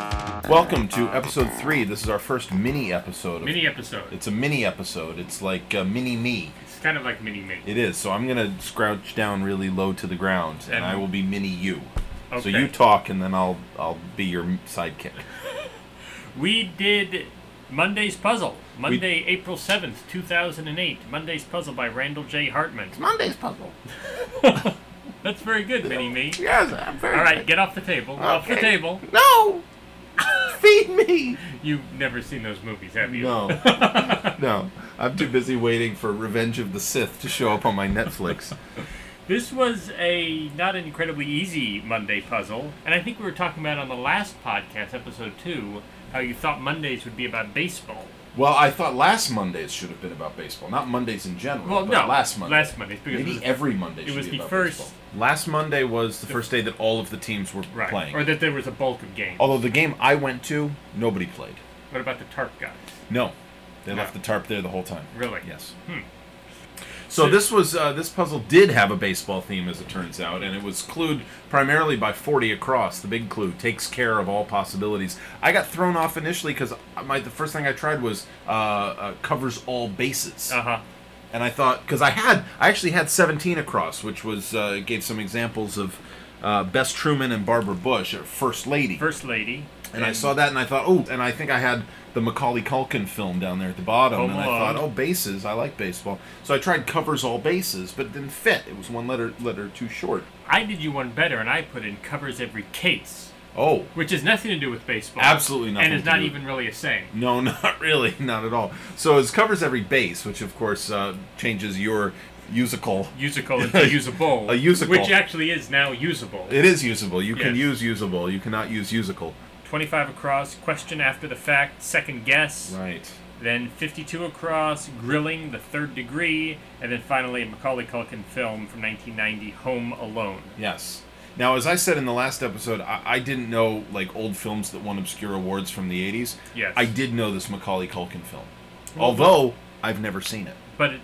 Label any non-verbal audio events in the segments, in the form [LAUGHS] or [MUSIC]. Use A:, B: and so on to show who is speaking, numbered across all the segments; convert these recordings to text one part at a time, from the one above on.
A: Welcome to episode three. This is our first mini episode. Of,
B: Mini episode.
A: It's a mini episode. It's like uh, mini me.
B: It's kind of like mini me.
A: It is. So I'm gonna scrouch down really low to the ground, and,
B: And-
A: I will be mini you. So
B: Okay.
A: you talk, and then I'll I'll be your m- sidekick.
B: we did Monday's Puzzle. Monday, April 7th, 2008. Monday's Puzzle by Randall J. Hartman.
A: Monday's puzzle.
B: That's very good, mini me.
A: Yes, I'm very.
B: All right, get off the table. Off the
A: Okay.
B: table.
A: No. [LAUGHS] Feed me.
B: You've never seen those movies, have you? [LAUGHS]
A: No. no. I'm too busy waiting for Revenge of the Sith to show up on my Netflix.
B: This was a not an incredibly easy Monday puzzle, and I think we were talking about on the last podcast, episode two, how you thought Mondays would be about baseball.
A: Well, I thought last Mondays should have been about baseball, not Mondays in general.
B: Well,
A: but
B: no,
A: last Monday.
B: last Monday, because
A: maybe
B: it was-
A: every Monday.
B: it
A: should
B: was
A: be
B: the
A: about
B: first-
A: baseball. Last Monday was the first day that all of the teams were
B: Right.
A: playing.
B: Or that there was a bulk of games.
A: Although the game I went to, nobody played.
B: What about the tarp guys?
A: No, they
B: No.
A: left the tarp there the whole time.
B: Really?
A: Yes.
B: Hmm.
A: So
B: So-
A: this was uh, this puzzle did have a baseball theme, as it turns out, and it was clued primarily by forty across. The big clue takes care of all possibilities. I got thrown off initially because my the first thing I tried was uh, uh, covers all bases,
B: Uh huh.
A: and I thought because I had I actually had seventeen across, which was uh, gave some examples of uh, Bess Truman and Barbara Bush, or First Lady,
B: First Lady.
A: and I saw that and I thought, oh, and I think I had the Macaulay Culkin film down there at the bottom,
B: Home
A: and I
B: Alone.
A: thought, oh, bases, I like baseball. So I tried covers all bases, but it didn't fit. It was one letter letter too short.
B: I did you one better, and I put in covers every case,
A: Oh,
B: which has nothing to do with baseball.
A: Absolutely nothing
B: And is
A: to
B: not
A: do-
B: even really
A: [LAUGHS]
B: a saying.
A: no, not really, not at all. So it covers every base, which of course uh, changes your musical.
B: Usical into
A: [LAUGHS]
B: usable.
A: A usical.
B: Which actually is now usable.
A: It is usable. You can
B: Yes.
A: use usable. You cannot use usical.
B: 25 across, question after the fact, second guess.
A: Right.
B: Then 52 across, grilling, the third degree. And then finally, a Macaulay Culkin film from 1990, Home Alone.
A: Yes. Now, as I said in the last episode, I, I didn't know like old films that won obscure awards from the '80s.
B: Yes.
A: I did know this Macaulay Culkin film, although I've never seen it.
B: But it,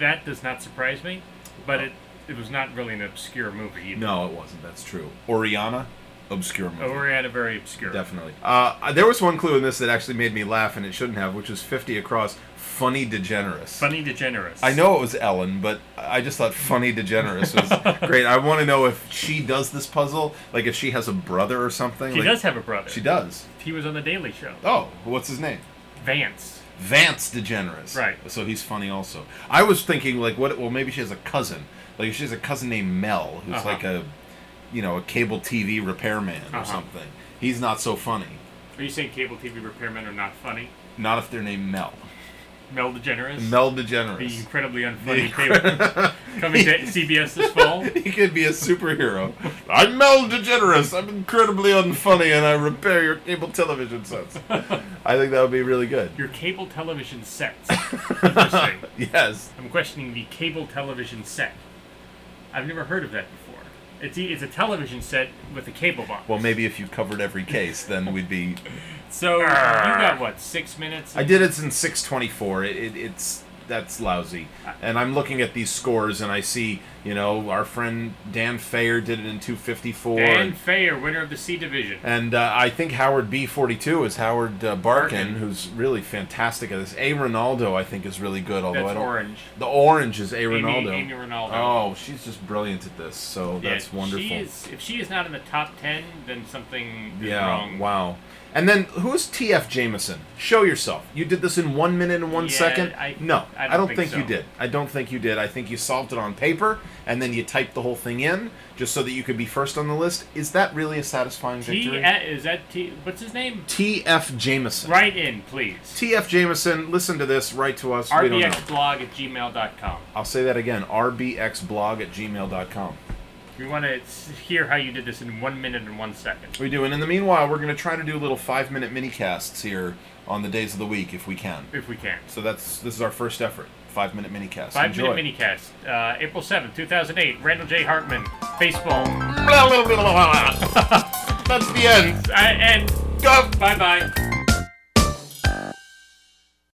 B: that does not surprise me. But it, it was not really an obscure movie either.
A: No, it wasn't. That's true. Oriana, obscure movie.
B: Oh, we're at a very obscure.
A: Definitely. Uh, there was one clue in this that actually made me laugh, and it shouldn't have, which was 50 across. Funny DeGeneres.
B: Funny DeGeneres.
A: I know it was Ellen, but I just thought Funny DeGeneres
B: [LAUGHS]
A: was great. I want to know if she does this puzzle, like if she has a brother or something.
B: She
A: like-
B: does have a brother.
A: She does.
B: He was on The Daily Show.
A: Oh, what's his name?
B: Vance.
A: Vance DeGeneres.
B: Right.
A: So he's funny also. I was thinking like what well maybe she has a cousin. Like she has a cousin named Mel who's
B: Uh-huh.
A: like a you know, a cable TV repairman or
B: Uh-huh.
A: something. He's not so funny.
B: Are you saying cable TV repairmen are not funny?
A: Not if they're named Mel.
B: Mel DeGeneres?
A: Mel
B: The
A: DeGeneres. [LAUGHS]
B: incredibly unfunny cable coming to CBS this fall.
A: [LAUGHS] He could be a superhero. I'm Mel DeGeneres. I'm incredibly unfunny and I repair your cable television
B: [LAUGHS]
A: sets. I think that would be really good.
B: Your cable
A: [LAUGHS]
B: television sets. Interesting.
A: Yes.
B: I'm questioning the cable television set. I've never heard of that before. It's, e- it's a television set with a cable box.
A: Well, maybe if you covered every case, then we'd be
B: so you got what six minutes?
A: I did it in 624. It, it, it's that's lousy. And I'm looking at these scores and I see, you know, our friend Dan Fayer did it in 254.
B: Dan
A: and-
B: Fayer, winner of the C division.
A: And uh, I think Howard B42 is Howard uh, Barkin,
B: Barkin.
A: who's really fantastic at this. A Ronaldo, I think, is really good. Although I
B: That's
A: don't.
B: orange.
A: The orange is A
B: Amy-
A: Ronaldo.
B: Amy Ronaldo.
A: Oh, she's just brilliant at this. So
B: Yeah,
A: that's wonderful.
B: She is, if she is not in the top ten, then something is
A: Yeah.
B: wrong.
A: Wow. And then who's T.F. Jameson? Show yourself. You did this in one minute and one
B: Yeah,
A: second.
B: I-
A: no,
B: I
A: I
B: don't
A: don't, think,
B: think
A: you
B: so.
A: did. I don't think you did. I think you solved it on paper and then you typed the whole thing in just so that you could be first on the list. Is that really a satisfying
B: T E
A: victory?
B: is that T? What's his name?
A: T.F. Jameson.
B: Write in, please.
A: T.F. Jameson, listen to this. Write to us. We don't know.
B: rbxblog at gmail.com.
A: I'll say that again. rbxblog at gmail.com.
B: We want to hear how you did this in one minute and one second.
A: What are you doing? In the meanwhile, we're going to try to do little five minute mini casts here on the days of the week if we can.
B: If we can.
A: So that's this is our first effort. Five minute mini [LAUGHS] cast.
B: Five
A: Enjoy.
B: minute minicast, uh, April 7th, 2008. Randall J. Hartman, baseball.
A: That's the end.
B: I, and
A: Go.
B: bye bye.